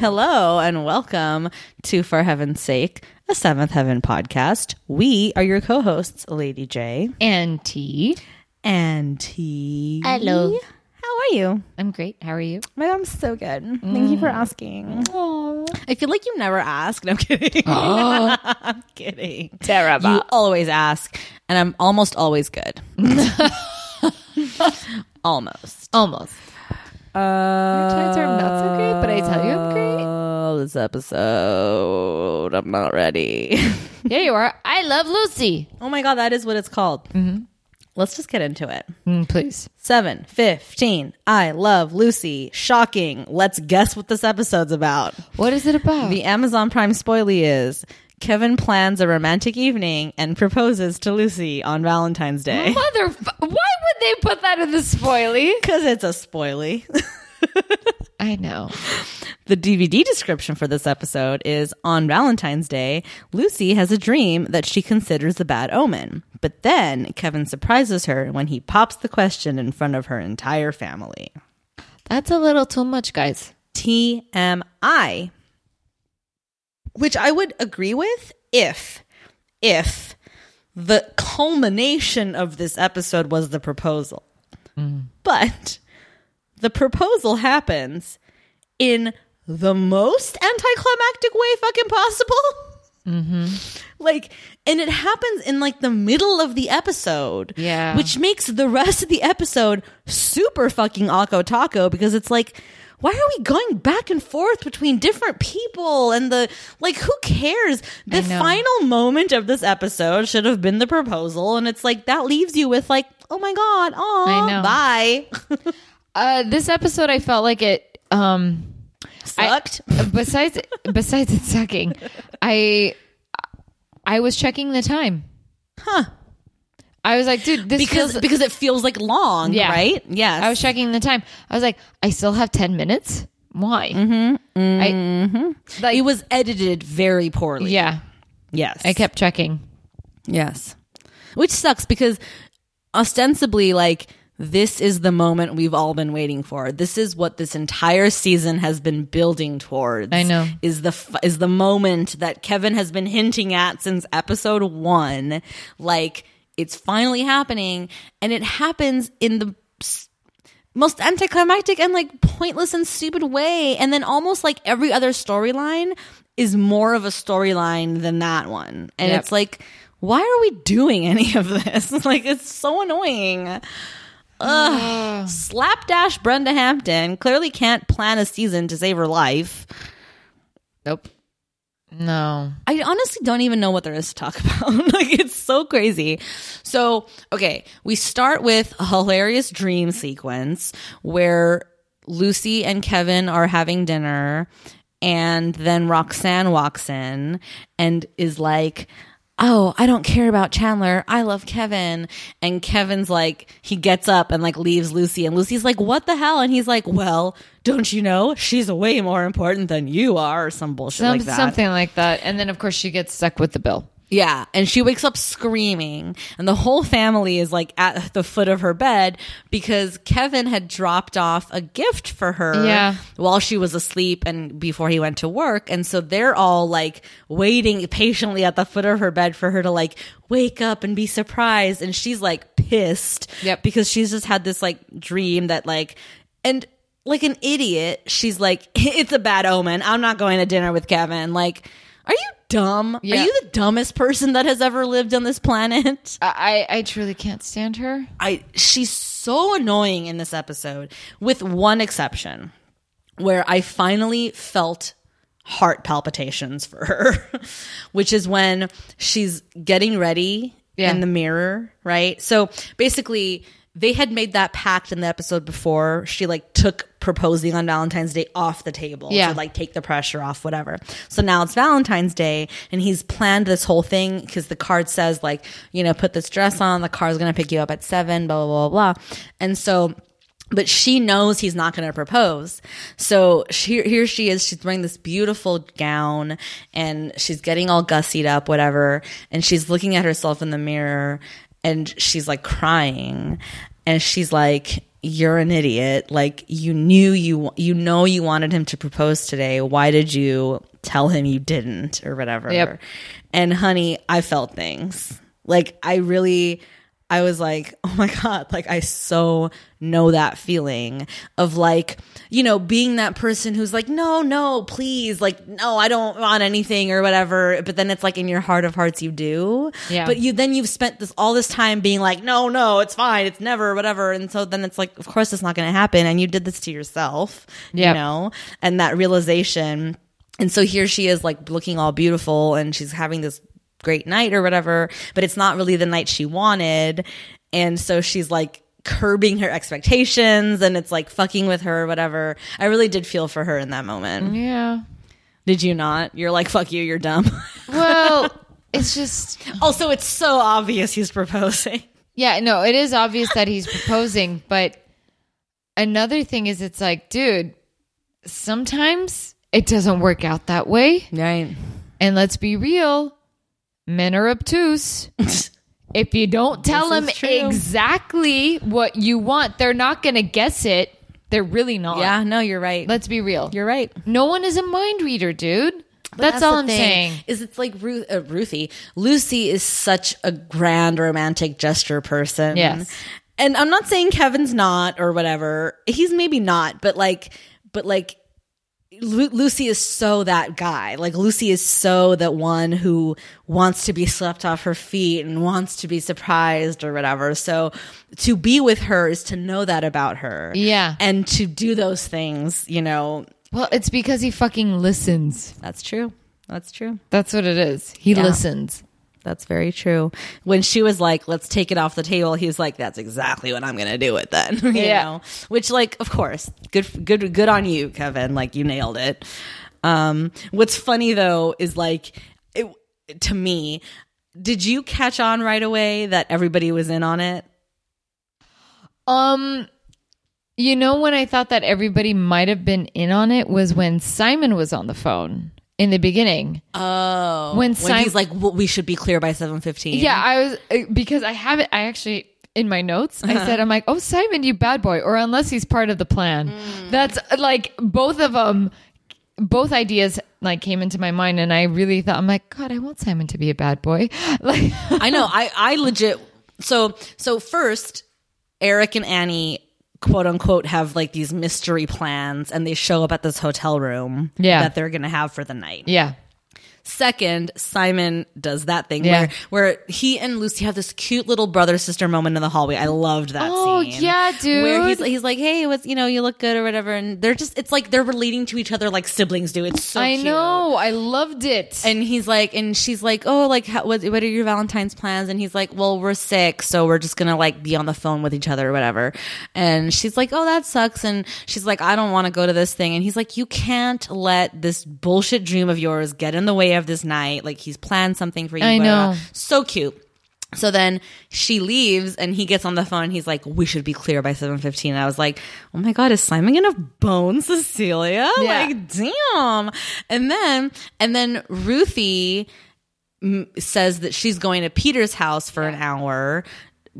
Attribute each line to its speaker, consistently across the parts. Speaker 1: Hello and welcome to For Heaven's Sake, a Seventh Heaven podcast. We are your co hosts, Lady J
Speaker 2: And T.
Speaker 1: and T.
Speaker 2: Hello.
Speaker 1: How are you?
Speaker 2: I'm great. How are you?
Speaker 1: My I'm so good. Thank you
Speaker 2: Mm.
Speaker 1: for asking. I feel like you never ask. No, I'm kidding. I'm kidding.
Speaker 2: Terrible.
Speaker 1: You always ask, and I'm almost always good. almost.
Speaker 2: Almost.
Speaker 1: Uh,
Speaker 2: Times are not so great, but I tell you I'm great.
Speaker 1: Oh, this episode, I'm not ready.
Speaker 2: There you are. I love Lucy.
Speaker 1: Oh my God, that is what it's called. Let's just get into it.
Speaker 2: Mm, please.
Speaker 1: Seven, fifteen. I love Lucy. Shocking. Let's guess what this episode's about.
Speaker 2: What is it about?
Speaker 1: The Amazon Prime spoilie is Kevin plans a romantic evening and proposes to Lucy on Valentine's Day.
Speaker 2: Mother. Why would they put that in the spoily?
Speaker 1: Because it's a spoilie.
Speaker 2: I know.
Speaker 1: The DVD description for this episode is On Valentine's Day, Lucy has a dream that she considers a bad omen. But then Kevin surprises her when he pops the question in front of her entire family.
Speaker 2: That's a little too much, guys.
Speaker 1: TMI. Which I would agree with if, if the culmination of this episode was the proposal. But the proposal happens in the most anticlimactic way fucking possible. Like, and it happens in like the middle of the episode.
Speaker 2: Yeah.
Speaker 1: Which makes the rest of the episode super fucking Akko Taco because it's like, why are we going back and forth between different people and the like who cares? The
Speaker 2: know.
Speaker 1: final moment of this episode should have been the proposal and it's like that leaves you with like, oh my god, oh
Speaker 2: know.
Speaker 1: bye.
Speaker 2: Uh, this episode, I felt like it. Um,
Speaker 1: Sucked.
Speaker 2: besides, besides it sucking, I, I was checking the time. Huh. I was like, dude, this
Speaker 1: because
Speaker 2: feels-
Speaker 1: because it feels like long,
Speaker 2: Yeah.
Speaker 1: right? Yes.
Speaker 2: I was checking the time. I was like, I still have ten minutes. Why? Mm-hmm. I, like,
Speaker 1: it was edited very poorly.
Speaker 2: yeah.
Speaker 1: Yes.
Speaker 2: I kept checking.
Speaker 1: Yes. Which sucks because ostensibly, like, this is the moment we've all been waiting for. This is what this entire season has been building towards.
Speaker 2: I know.
Speaker 1: Is the f- is the moment that Kevin has been hinting at since episode 1. Like it's finally happening and it happens in the s- most anticlimactic and like pointless and stupid way and then almost like every other storyline is more of a storyline than that one. And
Speaker 2: Yep.
Speaker 1: it's like why are we doing any of this? like it's so annoying. Ugh. Slapdash Brenda Hampton clearly can't plan a season to save her life.
Speaker 2: Nope. No.
Speaker 1: I honestly don't even know what there is to talk about. like it's so crazy. So, okay, we start with a hilarious dream sequence where Lucy and Kevin are having dinner and then Roxanne walks in and is like, "Oh, I don't care about Chandler. I love Kevin." And Kevin's like, he gets up and like leaves Lucy and Lucy's like, "What the hell?" And he's like, "Well, don't you know? She's way more important than you are." Or some bullshit
Speaker 2: Some,
Speaker 1: like that.
Speaker 2: Something like that. And then, of course, she gets stuck with the bill.
Speaker 1: Yeah. And she wakes up screaming and the whole family is like at the foot of her bed because Kevin had dropped off a gift for her
Speaker 2: Yeah.
Speaker 1: while she was asleep and before he went to work. And so they're all like waiting patiently at the foot of her bed for her to like wake up and be surprised. And she's like pissed
Speaker 2: Yep.
Speaker 1: because she's just had this like dream that like, and like an idiot, she's like, it's a bad omen. I'm not going to dinner with Kevin. Like, are you dumb? Are
Speaker 2: Yeah.
Speaker 1: you the dumbest person that has ever lived on this planet?
Speaker 2: I, I, I truly can't stand her.
Speaker 1: I she's so annoying in this episode with one exception where I finally felt heart palpitations for her, which is when she's getting ready
Speaker 2: Yeah.
Speaker 1: in the mirror, right? So basically, they had made that pact in the episode before. She like took proposing on Valentine's Day off the table
Speaker 2: Yeah.
Speaker 1: to like take the pressure off, whatever. So now it's Valentine's Day and he's planned this whole thing because the card says like, you know, put this dress on, the car's gonna pick you up at seven, blah, blah, blah, blah. And so but she knows he's not going to propose. So she, here she is. She's wearing this beautiful gown and she's getting all gussied up, whatever. And she's looking at herself in the mirror and she's like crying. and she's like you're an idiot like you knew you you know you wanted him to propose today why did you tell him you didn't or whatever
Speaker 2: Yep.
Speaker 1: and honey i felt things like i really i was like oh my god like i so know that feeling of like you know being that person who's like no no please like no i don't want anything or whatever but then it's like in your heart of hearts you do
Speaker 2: Yeah.
Speaker 1: but you then you've spent this all this time being like no no it's fine it's never whatever and so then it's like of course it's not going to happen and you did this to yourself
Speaker 2: Yep.
Speaker 1: you know and that realization and so here she is like looking all beautiful and she's having this great night or whatever but it's not really the night she wanted and so she's like curbing her expectations and it's like fucking with her or whatever i really did feel for her in that
Speaker 2: Mm-hmm.
Speaker 1: moment
Speaker 2: Yeah.
Speaker 1: did you not you're like fuck you you're dumb
Speaker 2: Well, it's just
Speaker 1: also it's so obvious he's proposing
Speaker 2: yeah, no, it is obvious that he's proposing, but another thing is it's like, dude, sometimes it doesn't work out that way.
Speaker 1: right
Speaker 2: And let's be real, men are obtuse. if you don't tell
Speaker 1: This
Speaker 2: them
Speaker 1: is true.
Speaker 2: exactly what you want, they're not going to guess it. They're really not.
Speaker 1: yeah no you're right
Speaker 2: Let's be real.
Speaker 1: you're right
Speaker 2: no one is a mind reader, dude. That's, all
Speaker 1: the
Speaker 2: I'm
Speaker 1: thing,
Speaker 2: saying.
Speaker 1: Is it's like Ruth, uh, Ruthie, Lucy is such a grand romantic gesture person.
Speaker 2: Yes.
Speaker 1: and I'm not saying Kevin's not or whatever. He's maybe not, but like, but like. Lu- Lucy is so that guy. Like Lucy is so that one who wants to be swept off her feet and wants to be surprised or whatever. So to be with her is to know that about her.
Speaker 2: Yeah.
Speaker 1: And to do those things, you know,
Speaker 2: Well, it's because he fucking listens.
Speaker 1: that's true. That's true.
Speaker 2: That's what it is. He listens.
Speaker 1: That's very true. When she was like, let's take it off the table, he was like, that's exactly what I'm going to do with then. you
Speaker 2: Yeah.
Speaker 1: know? Which like, of course, good, good, good on you, Kevin. Like you nailed it. Um, what's funny though is like, it, to me, did you catch on right away that everybody was in on it?
Speaker 2: Um, you know when I thought that everybody might have been in on it was when Simon was on the phone in the beginning.
Speaker 1: Oh,
Speaker 2: When
Speaker 1: when,
Speaker 2: Sim-
Speaker 1: he's like, well, we should be clear by 715.
Speaker 2: Yeah, I was uh, because I have it. I actually in my notes
Speaker 1: Uh-huh.
Speaker 2: I said I'm like, oh Simon, you bad boy, or unless he's part of the plan.
Speaker 1: Mm.
Speaker 2: That's uh, like both of them. Both ideas like came into my mind, and I really thought I'm like, God, I want Simon to be a bad boy. Like,
Speaker 1: I know. I I legit. So so first, Eric and Annie quote unquote have like these mystery plans, and they show up at this hotel room
Speaker 2: Yeah.
Speaker 1: that they're gonna have for the night.
Speaker 2: yeah,
Speaker 1: Second, Simon does that thing
Speaker 2: Yeah.
Speaker 1: where where he and Lucy have this cute little brother sister moment in the hallway. I loved that
Speaker 2: Oh,
Speaker 1: scene.
Speaker 2: yeah, dude.
Speaker 1: Where he's he's like, hey, what's you know, you look good or whatever, and they're just it's like they're relating to each other like siblings do. It's so
Speaker 2: I
Speaker 1: cute.
Speaker 2: know, I loved it.
Speaker 1: And he's like, and she's like, oh, like, how, what, what are your Valentine's plans? And he's like, well, we're sick, so we're just gonna like be on the phone with each other or whatever. And she's like, oh, that sucks. And she's like, I don't want to go to this thing. And he's like, you can't let this bullshit dream of yours get in the way of this night. Like he's planned something for you.
Speaker 2: I
Speaker 1: blah, blah,
Speaker 2: know.
Speaker 1: blah. so cute. So then she leaves and he gets on the phone. He's like, "We should be clear by 7:15." I was like, "Oh my god, is Simon going to bone Cecilia?"
Speaker 2: Yeah.
Speaker 1: Like, damn. And then and then Ruthie m- says that she's going to Peter's house for an hour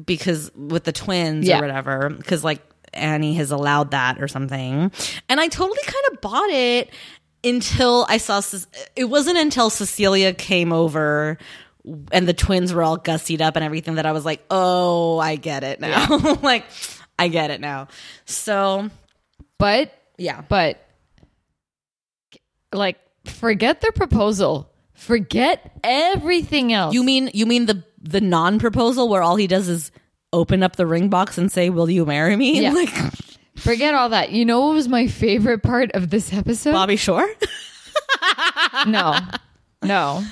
Speaker 1: because with the twins
Speaker 2: Yeah.
Speaker 1: or whatever because like Annie has allowed that or something. And I totally kind of bought it until I saw Ce- it wasn't until Cecilia came over and the twins were all gussied up and everything that I was like, "Oh, I get it now." like I get it now. So,
Speaker 2: but
Speaker 1: yeah.
Speaker 2: but like, forget the proposal. Forget everything else.
Speaker 1: You mean you mean the the non-proposal where all he does is open up the ring box and say, "Will you marry me?"
Speaker 2: Yeah.
Speaker 1: Like
Speaker 2: Forget all that. You know what was my favorite part of this episode?
Speaker 1: Bobby Shore?
Speaker 2: No. No.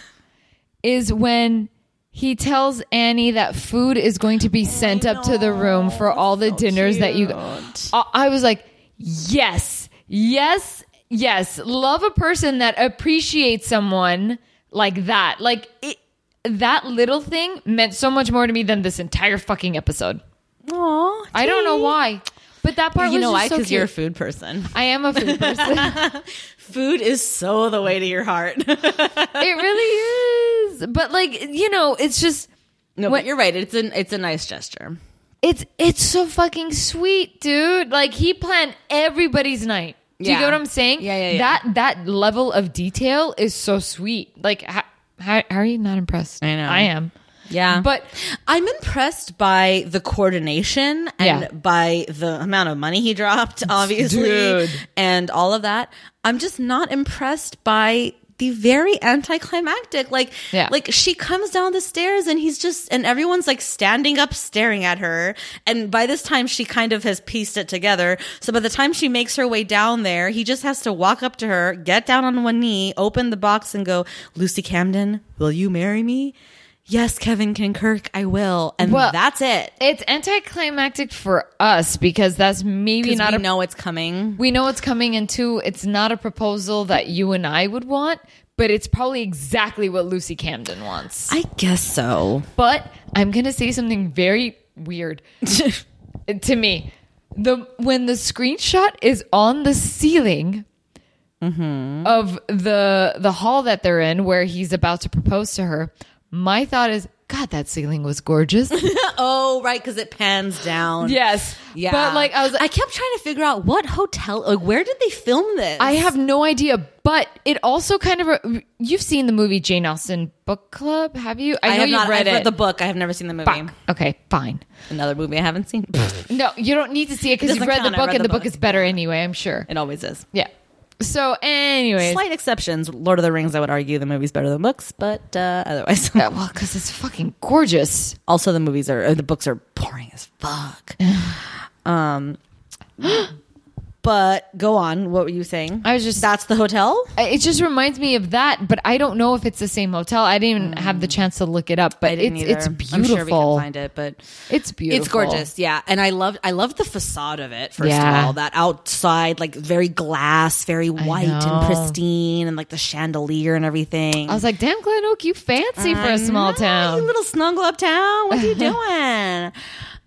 Speaker 2: Is when he tells Annie that food is going to be sent up to the room for all the dinners that you I I was like, "Yes. Yes. Yes. Love a person that appreciates someone like that." Like it, that little thing meant so much more to me than this entire fucking episode.
Speaker 1: Aw,
Speaker 2: I don't know why, but that part
Speaker 1: You
Speaker 2: was
Speaker 1: know
Speaker 2: just
Speaker 1: why?
Speaker 2: so
Speaker 1: Because you're a
Speaker 2: cute.
Speaker 1: food person.
Speaker 2: I am a food person.
Speaker 1: Food is so the way to your heart.
Speaker 2: it really is. But like, you know, it's just
Speaker 1: no,
Speaker 2: What-
Speaker 1: but you're right. It's an it's a nice gesture.
Speaker 2: It's it's so fucking sweet, dude. Like he planned everybody's night. Do you
Speaker 1: Yeah.
Speaker 2: get what I'm saying?
Speaker 1: Yeah, yeah, yeah.
Speaker 2: That that level of detail is so sweet. Like how, how, how are you not impressed?
Speaker 1: I know.
Speaker 2: I am.
Speaker 1: Yeah.
Speaker 2: But
Speaker 1: I'm impressed by the coordination and
Speaker 2: Yeah.
Speaker 1: by the amount of money he dropped, obviously,
Speaker 2: Dude.
Speaker 1: and all of that. I'm just not impressed by the very anticlimactic. Like,
Speaker 2: Yeah.
Speaker 1: like she comes down the stairs and he's just and everyone's like standing up, staring at her. And by this time, she kind of has pieced it together. So by the time she makes her way down there, he just has to walk up to her, get down on one knee, open the box, and go, "Lucy Camden, will you marry me?" yes, Kevin Kinkirk, I will. And
Speaker 2: Well-
Speaker 1: that's it.
Speaker 2: it's anticlimactic for us because that's maybe
Speaker 1: Because
Speaker 2: not
Speaker 1: we
Speaker 2: a
Speaker 1: know it's coming.
Speaker 2: we know it's coming and two it's not a proposal that you and i would want but it's probably exactly what lucy camden wants
Speaker 1: I guess so.
Speaker 2: but i'm gonna say something very weird to me the when the screenshot is on the ceiling
Speaker 1: Mm-hmm.
Speaker 2: of the the hall that they're in where he's about to propose to her my thought is god that ceiling was gorgeous
Speaker 1: oh, right, because it pans down.
Speaker 2: yes
Speaker 1: Yeah.
Speaker 2: but like i was
Speaker 1: I kept trying to figure out what hotel, like, where did they film this?
Speaker 2: I have no idea, but it also kind of re- you've seen the movie Jane Austen book club, have you?
Speaker 1: I
Speaker 2: know
Speaker 1: have
Speaker 2: you
Speaker 1: not
Speaker 2: read
Speaker 1: I've
Speaker 2: it.
Speaker 1: read the book. I have never seen the movie.
Speaker 2: Fuck. Okay, fine.
Speaker 1: Another movie I haven't seen.
Speaker 2: No, you don't need to see it because
Speaker 1: doesn't
Speaker 2: you've read
Speaker 1: count.
Speaker 2: the
Speaker 1: I
Speaker 2: book,
Speaker 1: read
Speaker 2: and
Speaker 1: the
Speaker 2: the book
Speaker 1: book.
Speaker 2: is better anyway. I'm sure.
Speaker 1: it always is.
Speaker 2: Yeah. So, anyways,
Speaker 1: Slight exceptions. Lord of the Rings, I would argue the movie's better than books, but uh, otherwise.
Speaker 2: Yeah, well, because it's fucking gorgeous.
Speaker 1: also, the movies are, uh, the books are boring as fuck. um, but go on. What were you saying?
Speaker 2: I was just-
Speaker 1: That's the hotel?
Speaker 2: I- It just reminds me of that, but I don't know if it's the same hotel. I didn't even have the chance to look it up,
Speaker 1: Mm. I
Speaker 2: but
Speaker 1: didn't
Speaker 2: it's
Speaker 1: either.
Speaker 2: it's
Speaker 1: I'm
Speaker 2: beautiful.
Speaker 1: sure we can find it, but
Speaker 2: It's beautiful.
Speaker 1: it's gorgeous. Yeah, and I loved I loved the facade of it. First
Speaker 2: Yeah.
Speaker 1: of all, that outside like very glass, very white
Speaker 2: know.
Speaker 1: and pristine, and like the chandelier and everything.
Speaker 2: I was like, damn, Glen Oak, you fancy for a small town.
Speaker 1: You little snuggle up town. What are you doing?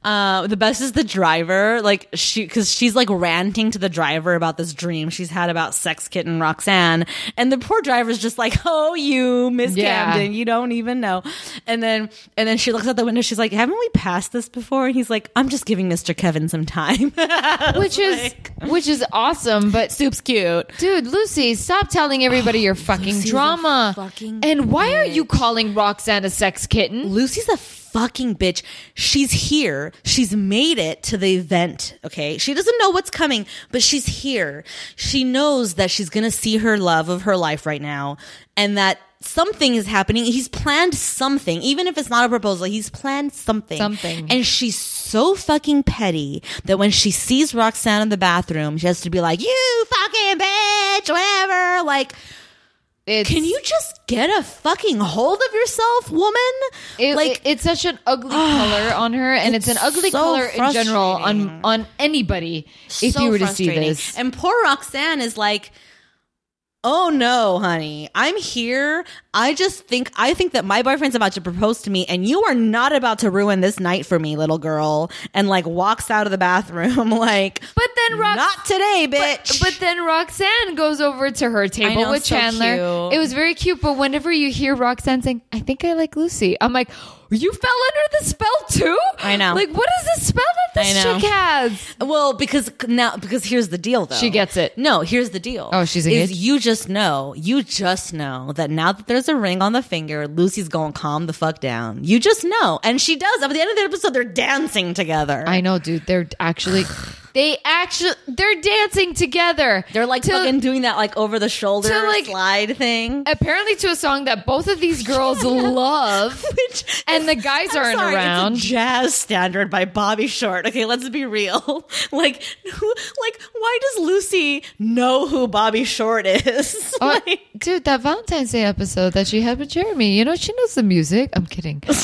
Speaker 1: Uh, the best is the driver, like she, because she's like ranting to the driver about this dream she's had about sex kitten Roxanne, and the poor driver's just like, "Oh, you, Miss
Speaker 2: Yeah.
Speaker 1: Camden, you don't even know." And then, and then she looks out the window. She's like, "Haven't we passed this before?" And he's like, "I'm just giving Mister Kevin some time."
Speaker 2: which is which is awesome but
Speaker 1: Soup's cute.
Speaker 2: dude lucy stop telling everybody your fucking
Speaker 1: Lucy's a
Speaker 2: drama
Speaker 1: fucking
Speaker 2: and why are you calling roxanne a sex kitten
Speaker 1: Lucy's a fucking bitch. She's here. She's made it to the event. Okay. She doesn't know what's coming, but she's here. She knows that she's going to see her love of her life right now and that something is happening. He's planned something, even if it's not a proposal, he's planned something.
Speaker 2: Something.
Speaker 1: And she's so fucking petty that when she sees Roxanne in the bathroom, she has to be like, you fucking bitch, whatever. Like,
Speaker 2: it's,
Speaker 1: can you just get a fucking hold of yourself, woman?
Speaker 2: it- it- it's such an ugly color on her and it's,
Speaker 1: It's
Speaker 2: an ugly
Speaker 1: so
Speaker 2: color in general on
Speaker 1: frustrating.
Speaker 2: on anybody if
Speaker 1: so
Speaker 2: you were to see
Speaker 1: frustrating.
Speaker 2: this
Speaker 1: And poor Roxanne is like, "Oh no, honey, I'm here. I just think I think that my boyfriend's about to propose to me, and you are not about to ruin this night for me, little girl." And like walks out of the bathroom, like,
Speaker 2: but then Rox-
Speaker 1: "Not today,
Speaker 2: But,
Speaker 1: bitch."
Speaker 2: but then Roxanne goes over to her table
Speaker 1: know,
Speaker 2: with
Speaker 1: so
Speaker 2: Chandler.
Speaker 1: cute.
Speaker 2: It was very cute, but whenever you hear Roxanne saying, I think I like Lucy, I'm like, you fell under the spell too?
Speaker 1: I know.
Speaker 2: Like, what is the spell that this
Speaker 1: I know.
Speaker 2: chick has?
Speaker 1: Well, because now because here's the deal though.
Speaker 2: She gets it.
Speaker 1: No, here's the deal.
Speaker 2: Oh, she's
Speaker 1: Is
Speaker 2: engaged?
Speaker 1: you just know, you just know that now that there's a ring on the finger, Lucy's going to calm the fuck down. You just know. And she does. At the end of the episode they're dancing together.
Speaker 2: I know, dude. They're actually, they actually, they're dancing together.
Speaker 1: they're like
Speaker 2: To-
Speaker 1: fucking doing that like over the shoulder
Speaker 2: to, like-
Speaker 1: slide thing.
Speaker 2: Apparently, to a song that both of these girls love.
Speaker 1: Which
Speaker 2: And the guys
Speaker 1: I'm
Speaker 2: aren't
Speaker 1: sorry,
Speaker 2: around.
Speaker 1: It's a jazz standard by Bobby Short. Okay, let's be real. Like, who, like, why does Lucy know who Bobby Short is?
Speaker 2: Oh,
Speaker 1: like,
Speaker 2: dude, that Valentine's Day episode that she had with Jeremy, you know, she knows the music. I'm kidding. But.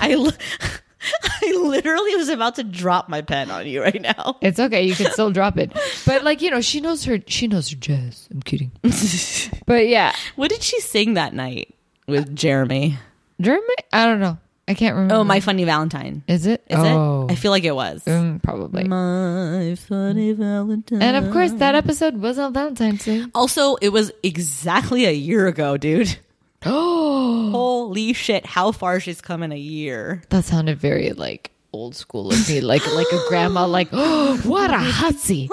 Speaker 1: I, li- I literally was about to drop my pen on you right now.
Speaker 2: It's okay. You can still drop it. But like you know, she knows her. She knows her jazz. I'm kidding. but yeah,
Speaker 1: What did she sing that night with Jeremy?
Speaker 2: German. I don't know. I can't remember.
Speaker 1: Oh, my funny Valentine.
Speaker 2: Is it?
Speaker 1: Is
Speaker 2: oh.
Speaker 1: it? I Mm-hmm. feel like it was.
Speaker 2: Mm, probably.
Speaker 1: My funny Valentine.
Speaker 2: And of course, that episode was on Valentine's Day.
Speaker 1: also, it was exactly a year ago, dude.
Speaker 2: Oh,
Speaker 1: Holy shit! How far she's come in a year.
Speaker 2: that sounded very like old school of me, like like a grandma, like oh, what a hussy.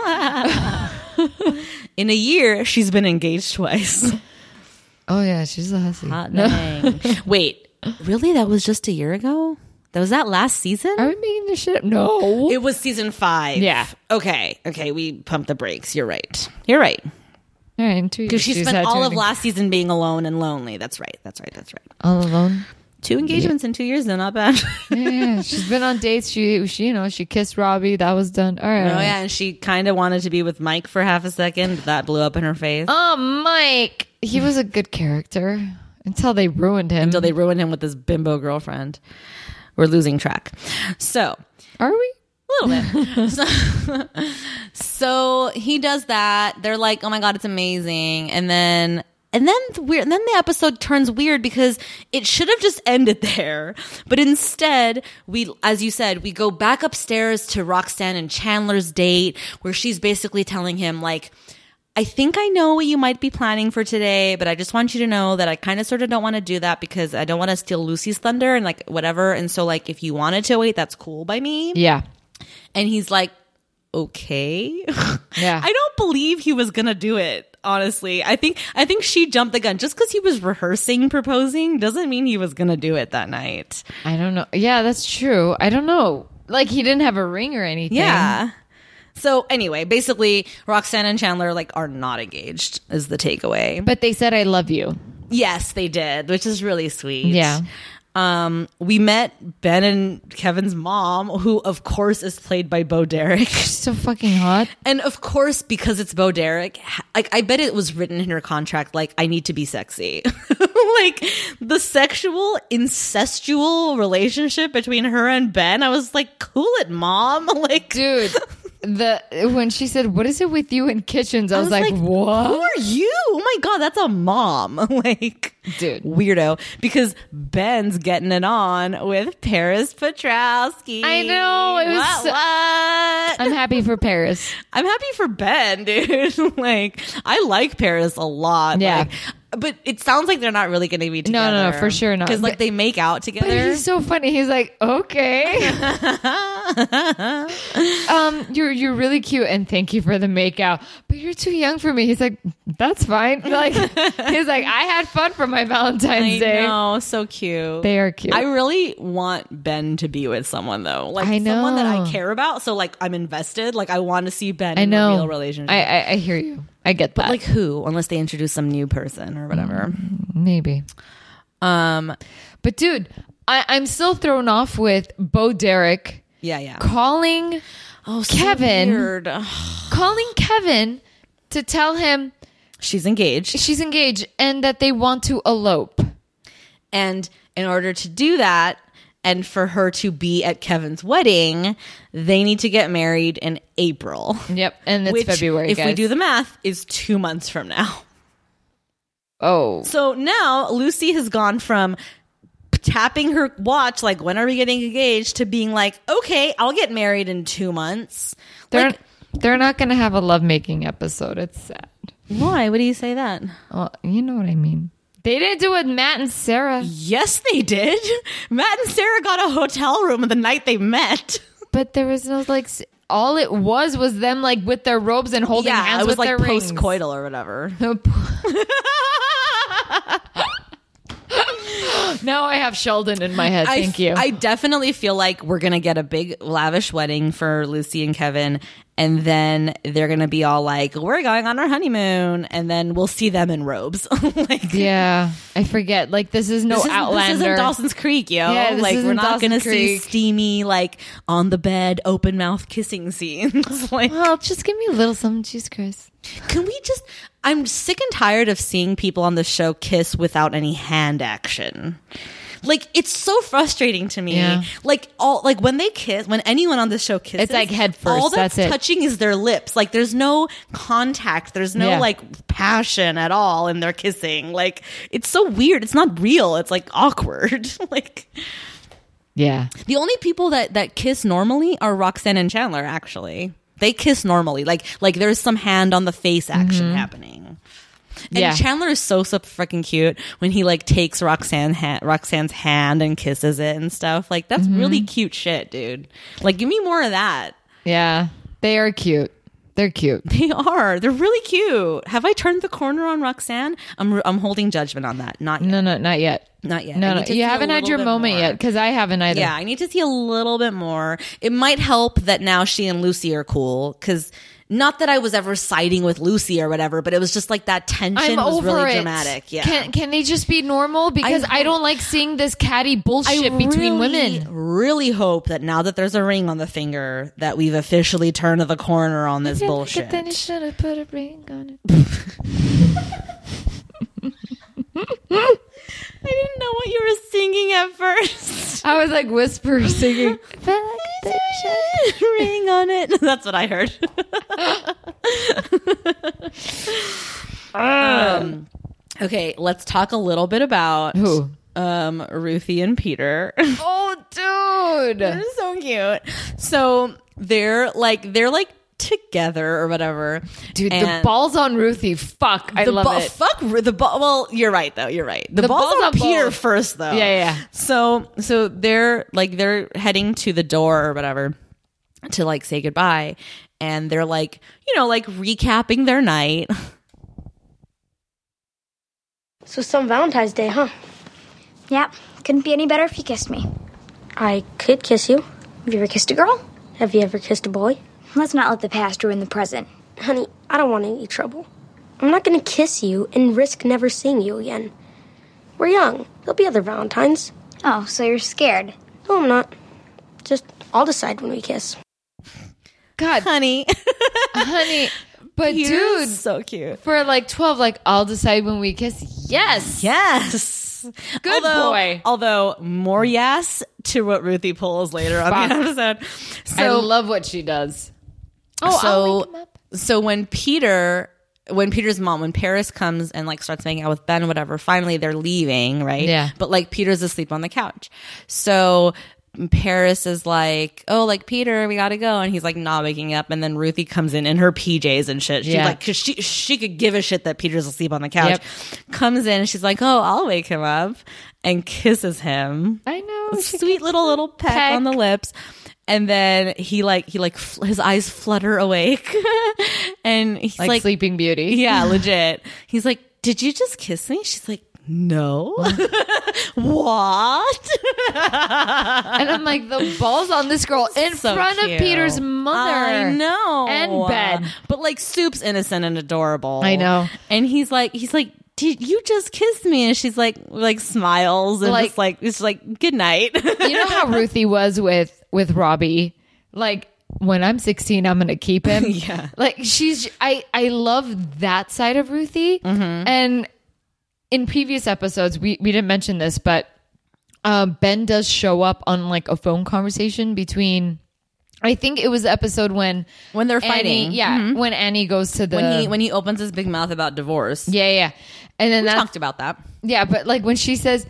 Speaker 1: In a year, she's been engaged twice.
Speaker 2: Oh yeah, she's a hussy.
Speaker 1: Hot
Speaker 2: No.
Speaker 1: dang. Wait, really? That was just a year ago? That was that last season?
Speaker 2: Are we making this shit up? No.
Speaker 1: It was season five.
Speaker 2: Yeah.
Speaker 1: Okay. Okay. We pumped the brakes. You're right. You're right.
Speaker 2: all right, in two years,
Speaker 1: Because she
Speaker 2: she's
Speaker 1: spent
Speaker 2: had
Speaker 1: all
Speaker 2: two
Speaker 1: of
Speaker 2: en-
Speaker 1: last season being alone and lonely. That's right. That's right. That's right.
Speaker 2: all alone.
Speaker 1: Two engagements in two years, though, not bad. oh,
Speaker 2: Yeah, she's been on dates. She, she, you know, she kissed Robbie. That was done. All right.
Speaker 1: Oh, yeah. And she kind of wanted to be with Mike for half a second, but that blew up in her face.
Speaker 2: Oh, Mike. He was a good character until they ruined him.
Speaker 1: Until they ruined him with this bimbo girlfriend. We're losing track. So,
Speaker 2: Are we?
Speaker 1: a little bit. so, so he does that. They're like, "Oh my god, it's amazing!" And then. And then the weird. Then the episode turns weird because it should have just ended there, but instead we, as you said, we go back upstairs to Roxanne and Chandler's date, where she's basically telling him like, "I think I know what you might be planning for today, but I just want you to know that I kind of sort of don't want to do that because I don't want to steal Lucy's thunder and like whatever. And so like, if you wanted to wait, that's cool by me."
Speaker 2: Yeah.
Speaker 1: And he's like, okay.
Speaker 2: Yeah.
Speaker 1: I don't believe he was going to do it. Honestly, I think I think she jumped the gun. Just because he was rehearsing proposing doesn't mean he was gonna do it that night.
Speaker 2: I don't know. Yeah, that's true. I don't know. Like he didn't have a ring or anything.
Speaker 1: Yeah. So anyway, basically, Roxanne and Chandler like are not engaged is the takeaway.
Speaker 2: But they said I love you.
Speaker 1: Yes, they did, which is really sweet.
Speaker 2: Yeah.
Speaker 1: Um, we met Ben and Kevin's mom, who of course is played by Bo Derek.
Speaker 2: She's so fucking hot.
Speaker 1: And of course, because it's Bo Derek, ha- like I bet it was written in her contract, like I need to be sexy. like the sexual incestual relationship between her and Ben, I was like, cool it, mom. Like,
Speaker 2: Dude, the when she said, What is it with you in kitchens? I, was, like,
Speaker 1: who
Speaker 2: What?
Speaker 1: are you? Oh my god, that's a mom. like,
Speaker 2: Dude.
Speaker 1: weirdo. Because Ben's getting it on with Paris Petrowski.
Speaker 2: I know, it was
Speaker 1: what?
Speaker 2: so-
Speaker 1: what?
Speaker 2: I'm happy for Paris.
Speaker 1: I'm happy for Ben, dude. like, I like Paris a lot.
Speaker 2: Yeah.
Speaker 1: Like, but it sounds like they're not really going to be
Speaker 2: No,
Speaker 1: together.
Speaker 2: no, no, for sure not.
Speaker 1: Because, like,
Speaker 2: But-
Speaker 1: they make out
Speaker 2: But
Speaker 1: together.
Speaker 2: he's so funny. He's like, Okay. um, you're you're really cute and thank you for the makeout. But you're too young for me. He's like, That's fine. Like he's like, I had fun for my Valentine's
Speaker 1: I
Speaker 2: Day.
Speaker 1: know, so cute.
Speaker 2: They are cute.
Speaker 1: I really want Ben to be with someone, though. Like,
Speaker 2: I
Speaker 1: someone that I
Speaker 2: know.
Speaker 1: care about. So, like, I'm invested. Like, I want to see Ben
Speaker 2: I
Speaker 1: in
Speaker 2: know.
Speaker 1: a real relationship.
Speaker 2: I, I I hear you. I get that.
Speaker 1: like, who? Unless they introduce some new person or whatever.
Speaker 2: Maybe. Mm.
Speaker 1: Um,
Speaker 2: But dude, I, I'm still thrown off with Bo Derek
Speaker 1: yeah, yeah.
Speaker 2: calling
Speaker 1: Oh,
Speaker 2: Kevin.
Speaker 1: weird.
Speaker 2: calling Kevin to tell him
Speaker 1: She's engaged.
Speaker 2: she's engaged and that they want to elope.
Speaker 1: And in order to do that, and for her to be at Kevin's wedding, they need to get married in April.
Speaker 2: Yep. And it's
Speaker 1: which,
Speaker 2: February.
Speaker 1: if we
Speaker 2: guys.
Speaker 1: do the math, is two months from now.
Speaker 2: Oh.
Speaker 1: So now Lucy has gone from tapping her watch, like, when are we getting engaged, to being like, okay, I'll get married in two months.
Speaker 2: They're
Speaker 1: Like,
Speaker 2: they're not gonna have a lovemaking episode. It's sad.
Speaker 1: why would you say that?
Speaker 2: Well, you know what I mean. They didn't do it with Matt and Sarah,
Speaker 1: Yes, they did. Matt and Sarah got a hotel room the night they met.
Speaker 2: but there was no like. s- All it was was them like with their robes and holding
Speaker 1: yeah,
Speaker 2: hands
Speaker 1: it was
Speaker 2: with
Speaker 1: like
Speaker 2: their rings.
Speaker 1: post-coital or whatever.
Speaker 2: now I have Sheldon in my head.
Speaker 1: I
Speaker 2: Thank
Speaker 1: f-
Speaker 2: you.
Speaker 1: I definitely feel like we're gonna get a big lavish wedding for Lucy and Kevin, and then they're gonna be all like, "We're going on our honeymoon," and then we'll see them in robes. like,
Speaker 2: Yeah, I forget. Like this is no
Speaker 1: this isn't-
Speaker 2: Outlander.
Speaker 1: This isn't Dawson's Creek, yo.
Speaker 2: Yeah, this
Speaker 1: like we're
Speaker 2: isn't
Speaker 1: not
Speaker 2: Dawson's
Speaker 1: gonna see
Speaker 2: Creek.
Speaker 1: steamy, like on the bed, open mouth kissing scenes. like,
Speaker 2: well, just give me a little something, cheese, Chris.
Speaker 1: can we just? I'm sick and tired of seeing people on the show kiss without any hand action. Like it's so frustrating to me.
Speaker 2: Yeah.
Speaker 1: Like all like when they kiss, when anyone on the show kisses,
Speaker 2: It's like head first,
Speaker 1: All that's,
Speaker 2: that's it.
Speaker 1: touching is their lips. Like there's no contact. There's no
Speaker 2: Yeah.
Speaker 1: like passion at all in their kissing. Like it's so weird. It's not real. It's like awkward. like
Speaker 2: Yeah,
Speaker 1: the only people that that kiss normally are Roxanne and Chandler. Actually, they kiss normally. Like like there's some hand on the face action happening. And
Speaker 2: Mm-hmm. Yeah.
Speaker 1: Chandler is so so freaking cute when he like takes Roxanne ha- Roxanne's hand and kisses it and stuff. Like that's
Speaker 2: Mm-hmm.
Speaker 1: really cute shit, dude. Like give me more of that.
Speaker 2: Yeah. They are cute. They're cute.
Speaker 1: They are. They're really cute. Have I turned the corner on Roxanne? I'm I'm holding judgment on that. Not yet.
Speaker 2: No, no, not yet.
Speaker 1: Not yet. I
Speaker 2: No,
Speaker 1: need
Speaker 2: no.
Speaker 1: to see
Speaker 2: You
Speaker 1: a
Speaker 2: haven't had
Speaker 1: little
Speaker 2: your
Speaker 1: bit
Speaker 2: moment
Speaker 1: more.
Speaker 2: yet because I haven't either.
Speaker 1: Yeah, I need to see a little bit more. It might help that now she and Lucy are cool because not that I was ever siding with Lucy or whatever, but it was just like that tension
Speaker 2: I'm
Speaker 1: was
Speaker 2: over
Speaker 1: really
Speaker 2: it.
Speaker 1: dramatic. Yeah.
Speaker 2: Can can they just be normal? Because I,
Speaker 1: hope-
Speaker 2: don't like seeing this catty bullshit between
Speaker 1: really,
Speaker 2: women.
Speaker 1: Really hope that now that there's a ring on the finger, that we've officially turned the corner on this bullshit.
Speaker 2: Then you should have put a ring on it.
Speaker 1: I didn't know what you were singing at first.
Speaker 2: I was like whisper singing. Felt like they should-
Speaker 1: ring on it. That's what I heard. um, okay, let's talk a little bit about
Speaker 2: Who?
Speaker 1: um Ruthie and Peter.
Speaker 2: oh, dude.
Speaker 1: They're so cute. So they're like they're like together or whatever.
Speaker 2: Dude, the
Speaker 1: And
Speaker 2: balls on Ruthie. Fuck. I
Speaker 1: the
Speaker 2: love
Speaker 1: ball-
Speaker 2: it.
Speaker 1: Fuck Ru- the ball. Well, you're right though. You're right. The,
Speaker 2: The
Speaker 1: ball's,
Speaker 2: ball's
Speaker 1: on
Speaker 2: on
Speaker 1: Peter
Speaker 2: both.
Speaker 1: first though.
Speaker 2: Yeah, yeah.
Speaker 1: So so they're like they're heading to the door or whatever to like say goodbye, and they're like you know like recapping their night.
Speaker 3: So some Valentine's Day, huh?
Speaker 4: Yep. Couldn't be any better if you kissed me.
Speaker 3: I could kiss you.
Speaker 4: Have you ever kissed a girl?
Speaker 3: Have you ever kissed a boy?
Speaker 4: Let's not let the past ruin the present.
Speaker 3: Honey, I don't want any trouble. I'm not gonna kiss you and risk never seeing you again. We're young. There'll be other Valentines.
Speaker 4: Oh, so you're scared.
Speaker 3: No, I'm not. Just, I'll decide when we kiss.
Speaker 2: God,
Speaker 1: Honey,
Speaker 2: honey. But
Speaker 1: Peter's
Speaker 2: dude,
Speaker 1: so cute.
Speaker 2: for like 12, like, I'll decide when we kiss. Yes.
Speaker 1: Yes.
Speaker 2: Good
Speaker 1: although,
Speaker 2: boy.
Speaker 1: Although more yes to what Ruthie pulls later on the
Speaker 2: Fuck.
Speaker 1: episode.
Speaker 2: I
Speaker 1: So
Speaker 2: love what she does.
Speaker 1: so,
Speaker 2: Oh, wake him up.
Speaker 1: so when Peter when Peter's mom, when Paris comes and like starts making out with Ben, whatever, finally they're leaving, right?
Speaker 2: Yeah.
Speaker 1: But like Peter's asleep on the couch. So Paris is like, oh, like Peter, we gotta go, and he's like not waking up. And then Ruthie comes in in her PJs and shit. She
Speaker 2: Yeah.
Speaker 1: like, cause she she could give a shit that Peter's asleep on the couch.
Speaker 2: Yep.
Speaker 1: Comes in, and she's like, oh, I'll wake him up, and kisses him
Speaker 2: I know. She
Speaker 1: sweet little little peck,
Speaker 2: peck.
Speaker 1: on the lips and then he like he like fl- his eyes flutter awake and he's
Speaker 2: like,
Speaker 1: like,
Speaker 2: Sleeping Beauty.
Speaker 1: yeah legit he's like did you just kiss me she's like no what
Speaker 2: And I'm like, the balls on this girl in
Speaker 1: So
Speaker 2: front
Speaker 1: cute.
Speaker 2: of Peter's mother.
Speaker 1: I know.
Speaker 2: And Ben.
Speaker 1: But like Soup's innocent and adorable.
Speaker 2: I know.
Speaker 1: And he's like he's like, Did you just kiss me? And she's like like smiles and
Speaker 2: Like-
Speaker 1: just like it's like good night.
Speaker 2: You know how Ruthie was with with Robbie? Like, when I'm 16, I'm gonna keep him.
Speaker 1: Yeah.
Speaker 2: Like she's I I love that side of Ruthie.
Speaker 1: Mm-hmm.
Speaker 2: And in previous episodes, we we didn't mention this, but um, Ben does show up on like a phone conversation between I think it was the episode when
Speaker 1: When they're
Speaker 2: Annie-
Speaker 1: fighting. Mm-hmm.
Speaker 2: yeah, when Annie goes to the
Speaker 1: when he when he opens his big mouth about divorce.
Speaker 2: Uh, yeah, yeah, and then
Speaker 1: We
Speaker 2: that's
Speaker 1: talked about that.
Speaker 2: Yeah, but like when she says,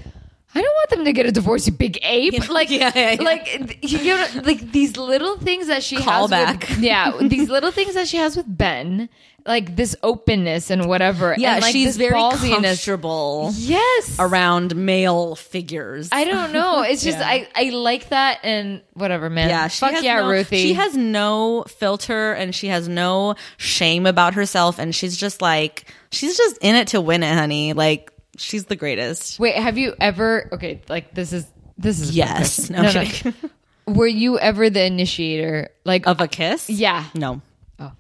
Speaker 2: "I don't want them to get a divorce, you big ape," like,
Speaker 1: yeah, yeah, yeah.
Speaker 2: like you know, like these little things that she has.
Speaker 1: Callback.
Speaker 2: With, yeah, these little things that she has with Ben, like this openness and whatever.
Speaker 1: Yeah,
Speaker 2: and, like,
Speaker 1: she's
Speaker 2: this
Speaker 1: very
Speaker 2: ballsiness.
Speaker 1: comfortable
Speaker 2: Yes,
Speaker 1: around male figures.
Speaker 2: I don't know. It's just I I like that and whatever, man.
Speaker 1: yeah, she
Speaker 2: fuck
Speaker 1: has
Speaker 2: yeah,
Speaker 1: no,
Speaker 2: Ruthie.
Speaker 1: She has no filter and she has no shame about herself, and she's just like she's just in it to win it, honey. Like she's the greatest.
Speaker 2: Wait, have you ever? Okay, like this is this is a fun
Speaker 1: Yes.
Speaker 2: question.
Speaker 1: No, I'm kidding.
Speaker 2: Were you ever the initiator? Like,
Speaker 1: Of a kiss?
Speaker 2: yeah,
Speaker 1: No.
Speaker 2: Oh.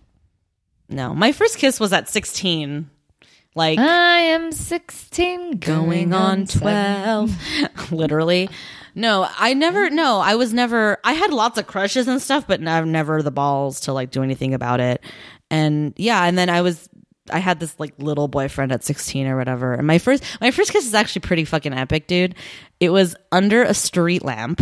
Speaker 1: No. My first kiss was at sixteen. Like
Speaker 2: I am sixteen,
Speaker 1: going on
Speaker 2: 12.
Speaker 1: 12 literally no i never no i was never i had lots of crushes and stuff but i've never the balls to like do anything about it and yeah and then i was i had this like little boyfriend at 16 or whatever and my first my first kiss is actually pretty fucking epic dude it was under a street lamp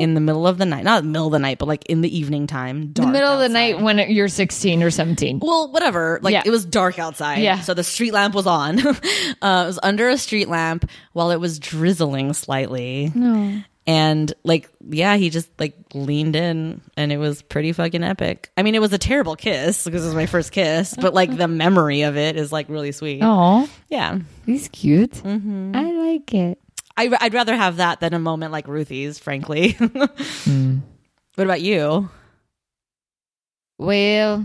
Speaker 1: in the middle of the night not middle of the night but like in the evening time dark
Speaker 2: the middle of
Speaker 1: outside.
Speaker 2: the night when you're 16 or 17.
Speaker 1: Well, whatever. Like
Speaker 2: Yeah.
Speaker 1: it was dark outside.
Speaker 2: Yeah.
Speaker 1: So the street lamp was on. uh, it was under a street lamp while it was drizzling slightly. And like, yeah, he just like leaned in and it was pretty fucking epic. I mean, it was a terrible kiss because it was my first kiss, but like the memory of it is like really sweet.
Speaker 2: Oh,
Speaker 1: Yeah.
Speaker 2: he's cute.
Speaker 1: Mm-hmm.
Speaker 2: I like it.
Speaker 1: I, I'd rather have that than a moment like Ruthie's, frankly. What about you?
Speaker 2: Well,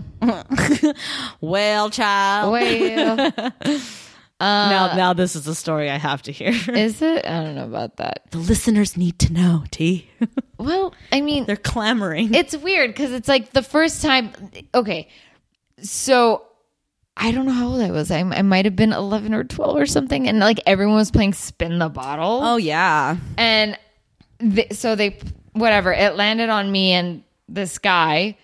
Speaker 1: Well, child.
Speaker 2: well, uh,
Speaker 1: now, now this is a story I have to hear.
Speaker 2: is it? I don't know about that.
Speaker 1: the listeners need to know, T.
Speaker 2: Well, I mean,
Speaker 1: They're clamoring.
Speaker 2: it's weird because it's like the first time. Okay, so I don't know how old I was. I, I might have been eleven or twelve or something, and like everyone was playing spin the bottle.
Speaker 1: oh, yeah.
Speaker 2: and th- so they whatever it landed on me and this guy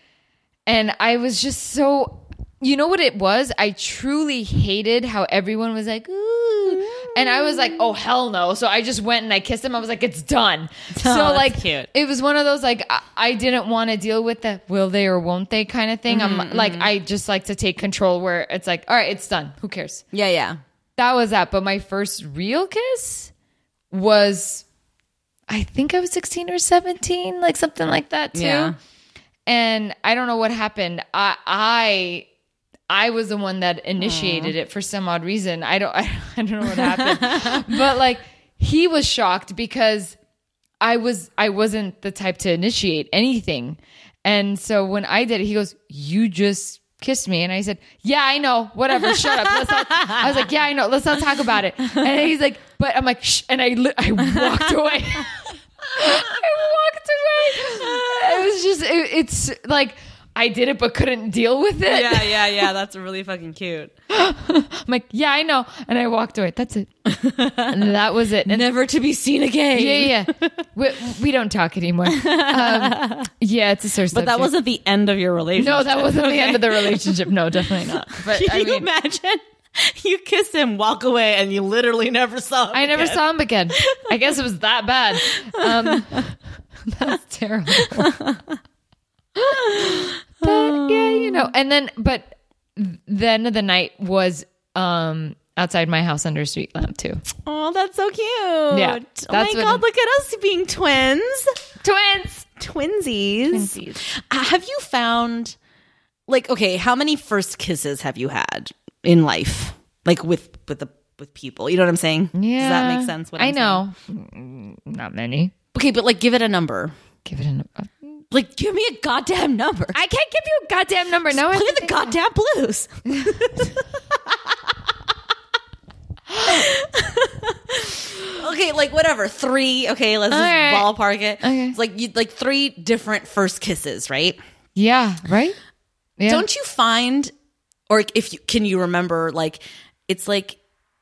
Speaker 2: and i was just so you know what it was i truly hated how everyone was like ooh and i was like oh hell no so i just went and i kissed him i was like it's done so
Speaker 1: Oh, that's
Speaker 2: like
Speaker 1: cute.
Speaker 2: it was one of those like i, I didn't want to deal with the will they or won't they kind of thing i'm like
Speaker 1: Mm-hmm.
Speaker 2: i just like to take control where it's like all right it's done who cares
Speaker 1: Yeah, yeah.
Speaker 2: that was that. But my first real kiss was, I think I was 16 or 17, like something like that too.
Speaker 1: Yeah.
Speaker 2: And I don't know what happened. I, I, I was the one that initiated it for some odd reason. I don't, I, don't know what happened, but like he was shocked because I was, I wasn't the type to initiate anything. And so when I did it, he goes, you just kissed me. And I said, yeah, I know, whatever. Shut up. Let's not, I was like, yeah, I know. Let's not talk about it. And he's like, but I'm like, shh. And I, li- I walked away. I walked away. It was just, it, it's like, I did it, but couldn't deal with it.
Speaker 1: Yeah, yeah, yeah. That's really fucking cute.
Speaker 2: I'm like, yeah, I know. And I walked away. That's it. And that was it. And
Speaker 1: Never to be seen again.
Speaker 2: yeah, yeah. We, we don't talk anymore. Um, yeah, it's a serious
Speaker 1: But that wasn't the end of your relationship.
Speaker 2: No, that wasn't the end of the relationship. No, definitely not. But
Speaker 1: Can
Speaker 2: I
Speaker 1: you
Speaker 2: mean,
Speaker 1: imagine? You kiss him, walk away, and you literally never saw him.
Speaker 2: I never
Speaker 1: again.
Speaker 2: saw him again. I guess it was that bad. Um, that's terrible. but yeah, you know. And then, but then the night was um, outside my house under a street lamp too.
Speaker 1: Oh, that's so cute.
Speaker 2: Yeah,
Speaker 1: oh my
Speaker 2: that's what-
Speaker 1: God, look at us being twins.
Speaker 2: Twins.
Speaker 1: Twinsies. Uh, Have you found, like, okay, how many first kisses have you had in life? Like with, with the, with people, you know what I'm saying? Does
Speaker 2: Yeah.
Speaker 1: that make sense? What
Speaker 2: I
Speaker 1: I'm saying?
Speaker 2: know. Mm, Not many.
Speaker 1: Okay, but like, give it a number.
Speaker 2: Give it an.
Speaker 1: Like, give me a goddamn number.
Speaker 2: I can't give you a goddamn number. No,
Speaker 1: Play the goddamn blues. okay, like whatever. Three. Okay, let's just
Speaker 2: Alright.
Speaker 1: ballpark it.
Speaker 2: Okay.
Speaker 1: It's like you, like three different first kisses, right?
Speaker 2: Yeah. Right. Yeah.
Speaker 1: Don't you find, or if you can you remember, like it's like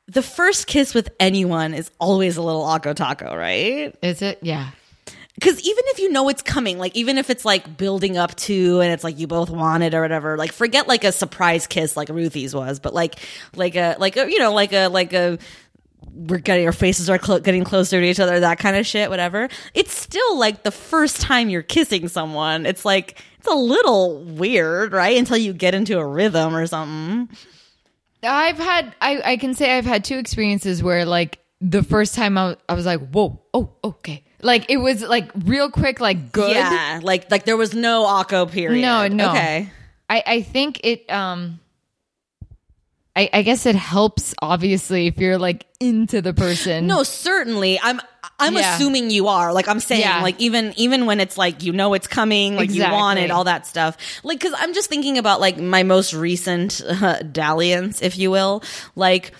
Speaker 1: the first kiss with anyone is always a little awkward taco, right?
Speaker 2: Is it? Yeah.
Speaker 1: Because even if you know it's coming, like even if it's like building up to and it's like you both want it or whatever, like forget like a surprise kiss like Ruthie's was, but like like a like a you know like a like a we're getting our faces are clo- getting closer to each other, that kind of shit, whatever. It's still like the first time you're kissing someone. It's like it's a little weird, right? Until you get into a rhythm or something.
Speaker 2: I've had I, I can say I've had two experiences where like the first time I, I was like, whoa, oh, okay. Like it was like real quick, like good.
Speaker 1: Yeah, like like there was no Akko period.
Speaker 2: No, no.
Speaker 1: Okay.
Speaker 2: I, I think it um I, I guess it helps obviously if you're like into the person.
Speaker 1: No, certainly. I'm I'm
Speaker 2: Mm. Yeah.
Speaker 1: assuming you are. Like I'm saying,
Speaker 2: Yeah.
Speaker 1: like even even when it's like you know it's coming, like you want it,
Speaker 2: Exactly.
Speaker 1: all that stuff. Like cuz I'm just thinking about like my most recent uh, dalliance, if you will. Like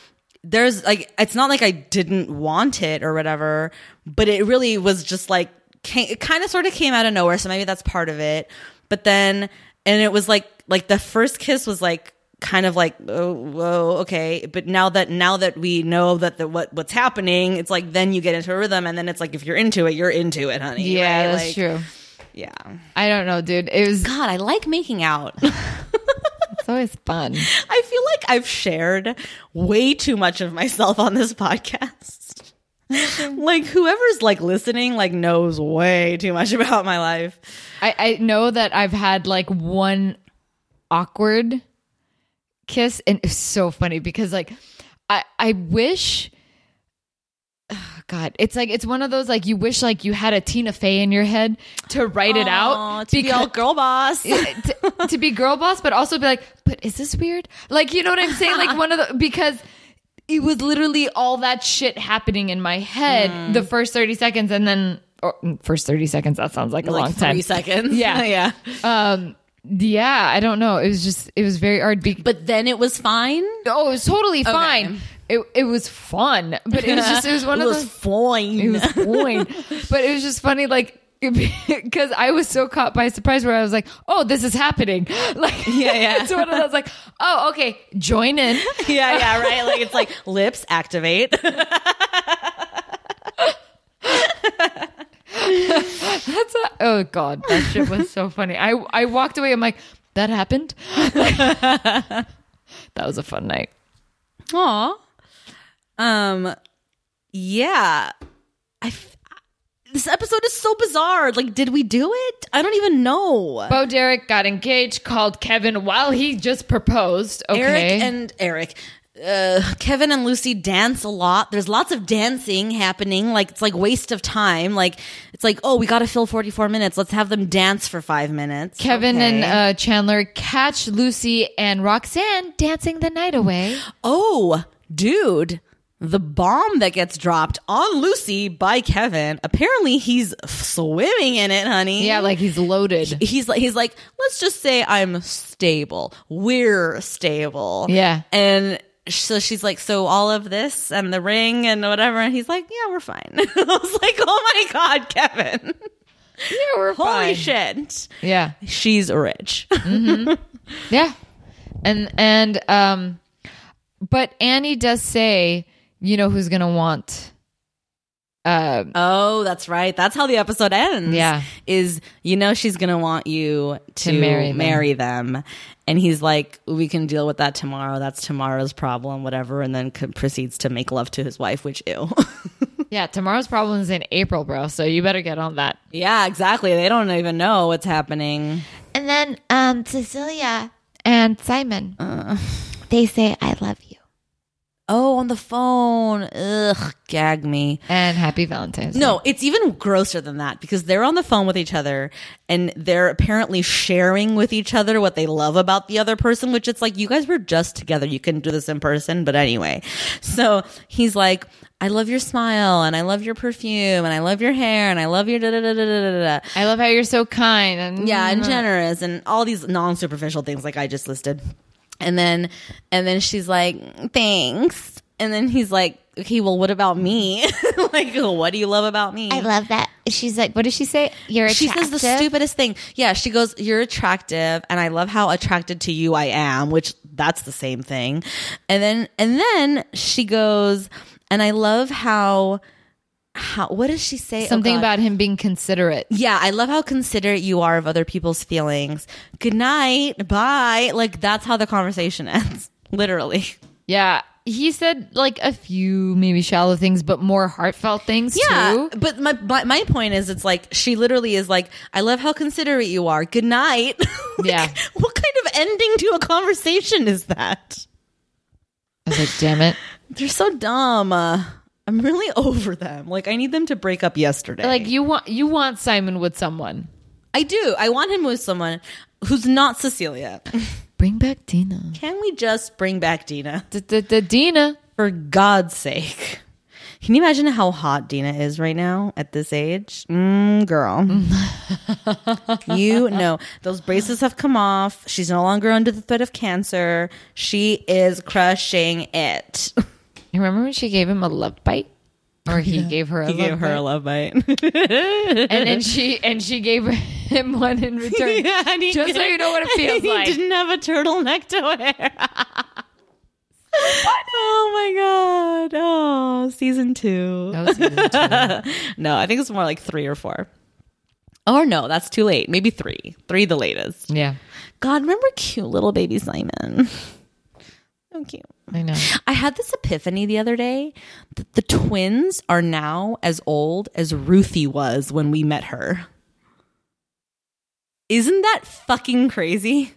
Speaker 1: there's like it's not like I didn't want it or whatever, but it really was just like came, it kind of sort of came out of nowhere, so maybe that's part of it. But then and it was like like the first kiss was like kind of like oh whoa okay but now that now that we know that the what what's happening it's like then you get into a rhythm and then it's like if you're into it you're into it honey
Speaker 2: Yeah,
Speaker 1: right?
Speaker 2: that's
Speaker 1: Like,
Speaker 2: true.
Speaker 1: yeah
Speaker 2: I don't know, dude. It was
Speaker 1: god i like making out
Speaker 2: it's always fun.
Speaker 1: i feel like i've shared way too much of myself on this podcast like whoever's like listening like knows way too much about my life
Speaker 2: I, I know that I've had like one awkward kiss, and it's so funny because like I I wish. God, it's like it's one of those like you wish like you had a Tina Fey in your head to write it
Speaker 1: Aw,
Speaker 2: out
Speaker 1: to be all girl boss.
Speaker 2: to, to be girl boss, but also be like, but is this weird? Like, you know what I'm saying? Like one of the because it was literally all that shit happening in my head
Speaker 1: Mm.
Speaker 2: the first 30 seconds, and then or mm, first 30 seconds. That sounds like a long
Speaker 1: like three
Speaker 2: time.
Speaker 1: seconds.
Speaker 2: Yeah.
Speaker 1: yeah.
Speaker 2: Um, yeah, I don't know. It was just it was very hard. Be-
Speaker 1: But then it was fine.
Speaker 2: oh, it was totally fine. It it was fun, but it was just it was one
Speaker 1: It
Speaker 2: of
Speaker 1: was
Speaker 2: those
Speaker 1: fine.
Speaker 2: it was fine. but it was just funny, like because I was so caught by surprise where I was like, "Oh, this is happening!" Like,
Speaker 1: Yeah, yeah.
Speaker 2: it's one of those like, "Oh, okay, join in."
Speaker 1: yeah, yeah, right. Like it's like lips activate.
Speaker 2: That's a, oh god, that shit was so funny. I I walked away. I'm like, that happened. that was a fun night.
Speaker 1: Aw. Um, yeah. I. F- this episode is so bizarre. Like, did we do it? I don't even know.
Speaker 2: Bo Derek got engaged, called Kevin while he just proposed. Okay,
Speaker 1: Eric and Eric. Uh, Kevin and Lucy dance a lot. There's lots of dancing happening. Like it's like waste of time. Like it's like oh we got to fill 44 minutes. Let's have them dance for five minutes.
Speaker 2: Kevin and
Speaker 1: Okay.
Speaker 2: uh, Chandler catch Lucy and Roxanne dancing the night away.
Speaker 1: oh dude, the bomb that gets dropped on Lucy by Kevin. Apparently he's swimming in it, honey.
Speaker 2: Yeah, like he's loaded.
Speaker 1: he's like he's like let's just say i'm stable we're stable
Speaker 2: Yeah.
Speaker 1: and so she's like so all of this and the ring and whatever and he's like yeah we're fine i was like oh my god kevin
Speaker 2: Yeah, we're
Speaker 1: holy
Speaker 2: fine.
Speaker 1: shit
Speaker 2: Yeah,
Speaker 1: she's rich
Speaker 2: yeah, and and um, but Annie does say, you know who's gonna want. Uh,
Speaker 1: oh that's right that's how the episode ends
Speaker 2: Yeah.
Speaker 1: is you know she's gonna want you to,
Speaker 2: marry them.
Speaker 1: marry them and he's like we can deal with that tomorrow that's tomorrow's problem whatever and then c- proceeds to make love to his wife which ew
Speaker 2: yeah, tomorrow's problem is in April, bro. So you better get on that.
Speaker 1: Yeah, exactly. They don't even know what's happening.
Speaker 5: And then um, Cecilia and Simon, they say, I love you.
Speaker 1: Oh, on the phone. Ugh, gag me.
Speaker 2: And happy Valentine's. Day.
Speaker 1: No, it's even grosser than that because they're on the phone with each other and they're apparently sharing with each other what they love about the other person, which it's like, you guys were just together. You couldn't do this in person. But anyway, so he's like, I love your smile and I love your perfume and I love your hair and I love your da da da da da da da.
Speaker 2: I love how you're so kind. And
Speaker 1: yeah and
Speaker 5: Mm-hmm.
Speaker 1: generous and all these non-superficial things like i just listed and then and then she's like thanks and then he's like okay well what about me like what do you love about me
Speaker 5: I love that. She's like, what does she say? You're
Speaker 1: she
Speaker 5: attractive.
Speaker 1: says the stupidest thing yeah she goes you're attractive and i love how attracted to you i am which that's the same thing and then and then she goes and i love how how what does she say Oh,
Speaker 2: something
Speaker 1: God.
Speaker 2: about him being considerate.
Speaker 1: Yeah, I love how considerate you are of other people's feelings. Good night. Bye. Like that's how the conversation ends. Literally.
Speaker 2: Yeah, he said like a few maybe shallow things, but more heartfelt things too.
Speaker 1: But my, my my point is it's like she literally is like, I love how considerate you are. Good night. Like,
Speaker 2: Yeah.
Speaker 1: What kind of ending to a conversation is that?
Speaker 2: I was like, damn it.
Speaker 1: They're so dumb. Uh, I'm really over them. Like I need them to break up yesterday.
Speaker 2: Like you want you want Simon with someone.
Speaker 1: I do. I want him with someone who's not Cecilia.
Speaker 2: Bring back Dina.
Speaker 1: Can we just bring back Dina?
Speaker 2: The Dina.
Speaker 1: For God's sake. Can you imagine how hot Dina is right now at this age? Mm, girl. you know, those braces have come off. She's no longer under the threat of cancer. She is crushing it.
Speaker 2: You remember when she gave him a love bite? Or he gave her a love bite.
Speaker 1: love bite.
Speaker 2: and then she and she gave him one in return. Just so you know what it feels like.
Speaker 1: He didn't have a turtleneck to wear. Oh my God. Oh, season two.
Speaker 2: That was really true.
Speaker 1: No, I think it's more like three or four. Or no, that's too late. Maybe three. Three the latest.
Speaker 2: yeah.
Speaker 1: God, remember cute little baby Simon. so cute.
Speaker 2: I know.
Speaker 1: I had this epiphany the other day that the twins are now as old as Ruthie was when we met her. Isn't that fucking crazy?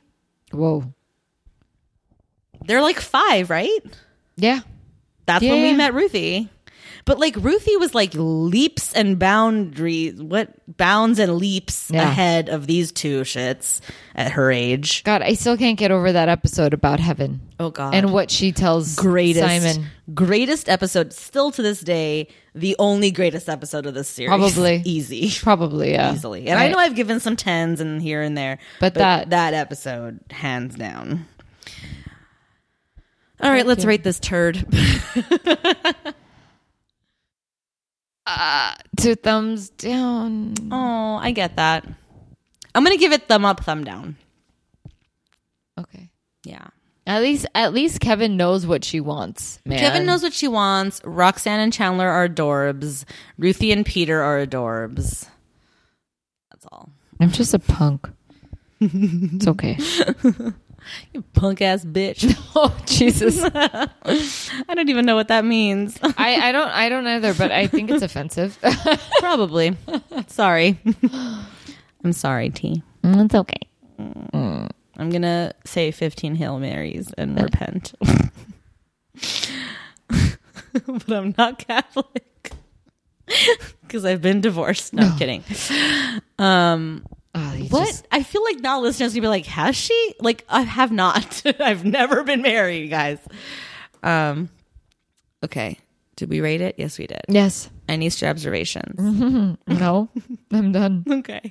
Speaker 2: Whoa.
Speaker 1: They're like five, right?
Speaker 2: Yeah.
Speaker 1: That's when
Speaker 2: Yeah.
Speaker 1: we met Ruthie. But like Ruthie was like leaps and boundaries, what bounds and leaps
Speaker 2: Yeah.
Speaker 1: ahead of these two shits at her age.
Speaker 2: God, I still can't get over that episode about heaven.
Speaker 1: Oh, God.
Speaker 2: And what she tells
Speaker 1: Greatest,
Speaker 2: Simon.
Speaker 1: greatest episode still to this day, the only greatest episode of this series.
Speaker 2: Probably.
Speaker 1: easy,
Speaker 2: Probably, yeah.
Speaker 1: easily. And I, know I've given some tens and here and there,
Speaker 2: But that-
Speaker 1: that episode, hands down. All right, let's rate this turd.
Speaker 2: two Uh, thumbs down.
Speaker 1: Oh, I get that. I'm gonna give it thumb up, thumb down.
Speaker 2: Okay.
Speaker 1: Yeah.
Speaker 2: At least at least Kevin knows what she wants, man.
Speaker 1: Kevin knows what she wants. Roxanne and Chandler are adorbs. Ruthie and Peter are adorbs. That's all.
Speaker 2: I'm just a punk. it's okay.
Speaker 1: You punk ass bitch.
Speaker 2: oh Jesus. I,
Speaker 1: I don't even know what that means.
Speaker 2: I don't I don't either, but I think it's offensive.
Speaker 1: Probably. sorry. I'm sorry, T.
Speaker 2: Mm,
Speaker 5: It's okay.
Speaker 1: I'm gonna say 15 Hail Marys and repent. but I'm not Catholic. Because I've been divorced. No, I'm kidding.
Speaker 2: Oh, you
Speaker 1: What?
Speaker 2: just-
Speaker 1: I feel like now listeners gonna be like, has she? Like, I have not. I've never been married, guys. Um, okay. Did we rate it? Yes, we did.
Speaker 2: yes.
Speaker 1: Any extra observations?
Speaker 2: No. I'm done.
Speaker 1: Okay.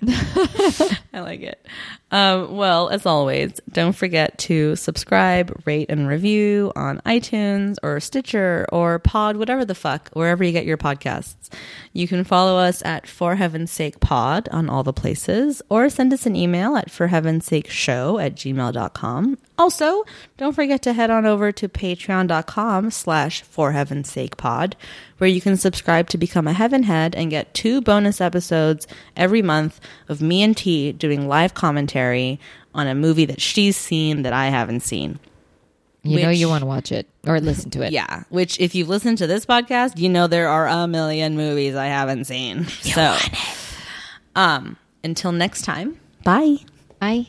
Speaker 1: I like it. Um, well, as always, don't forget to subscribe, rate, and review on iTunes or Stitcher or Pod, whatever the fuck, wherever you get your podcasts. You can follow us at For Heaven's Sake Pod on all the places or send us an email at For Heaven's Sake Show at gmail.com. Also, don't forget to head on over to patreon.com slash For Heaven's Sake Pod where you can subscribe to become a Heaven Head and get two bonus episodes every month of me and T doing live commentary on a movie that she's seen that I haven't seen.
Speaker 2: You know
Speaker 1: Which-
Speaker 2: you want to watch it or listen to it.
Speaker 1: Yeah, which if you've listened to this podcast, you know there are a million movies I haven't seen. so, um, until next time, bye.
Speaker 2: Bye.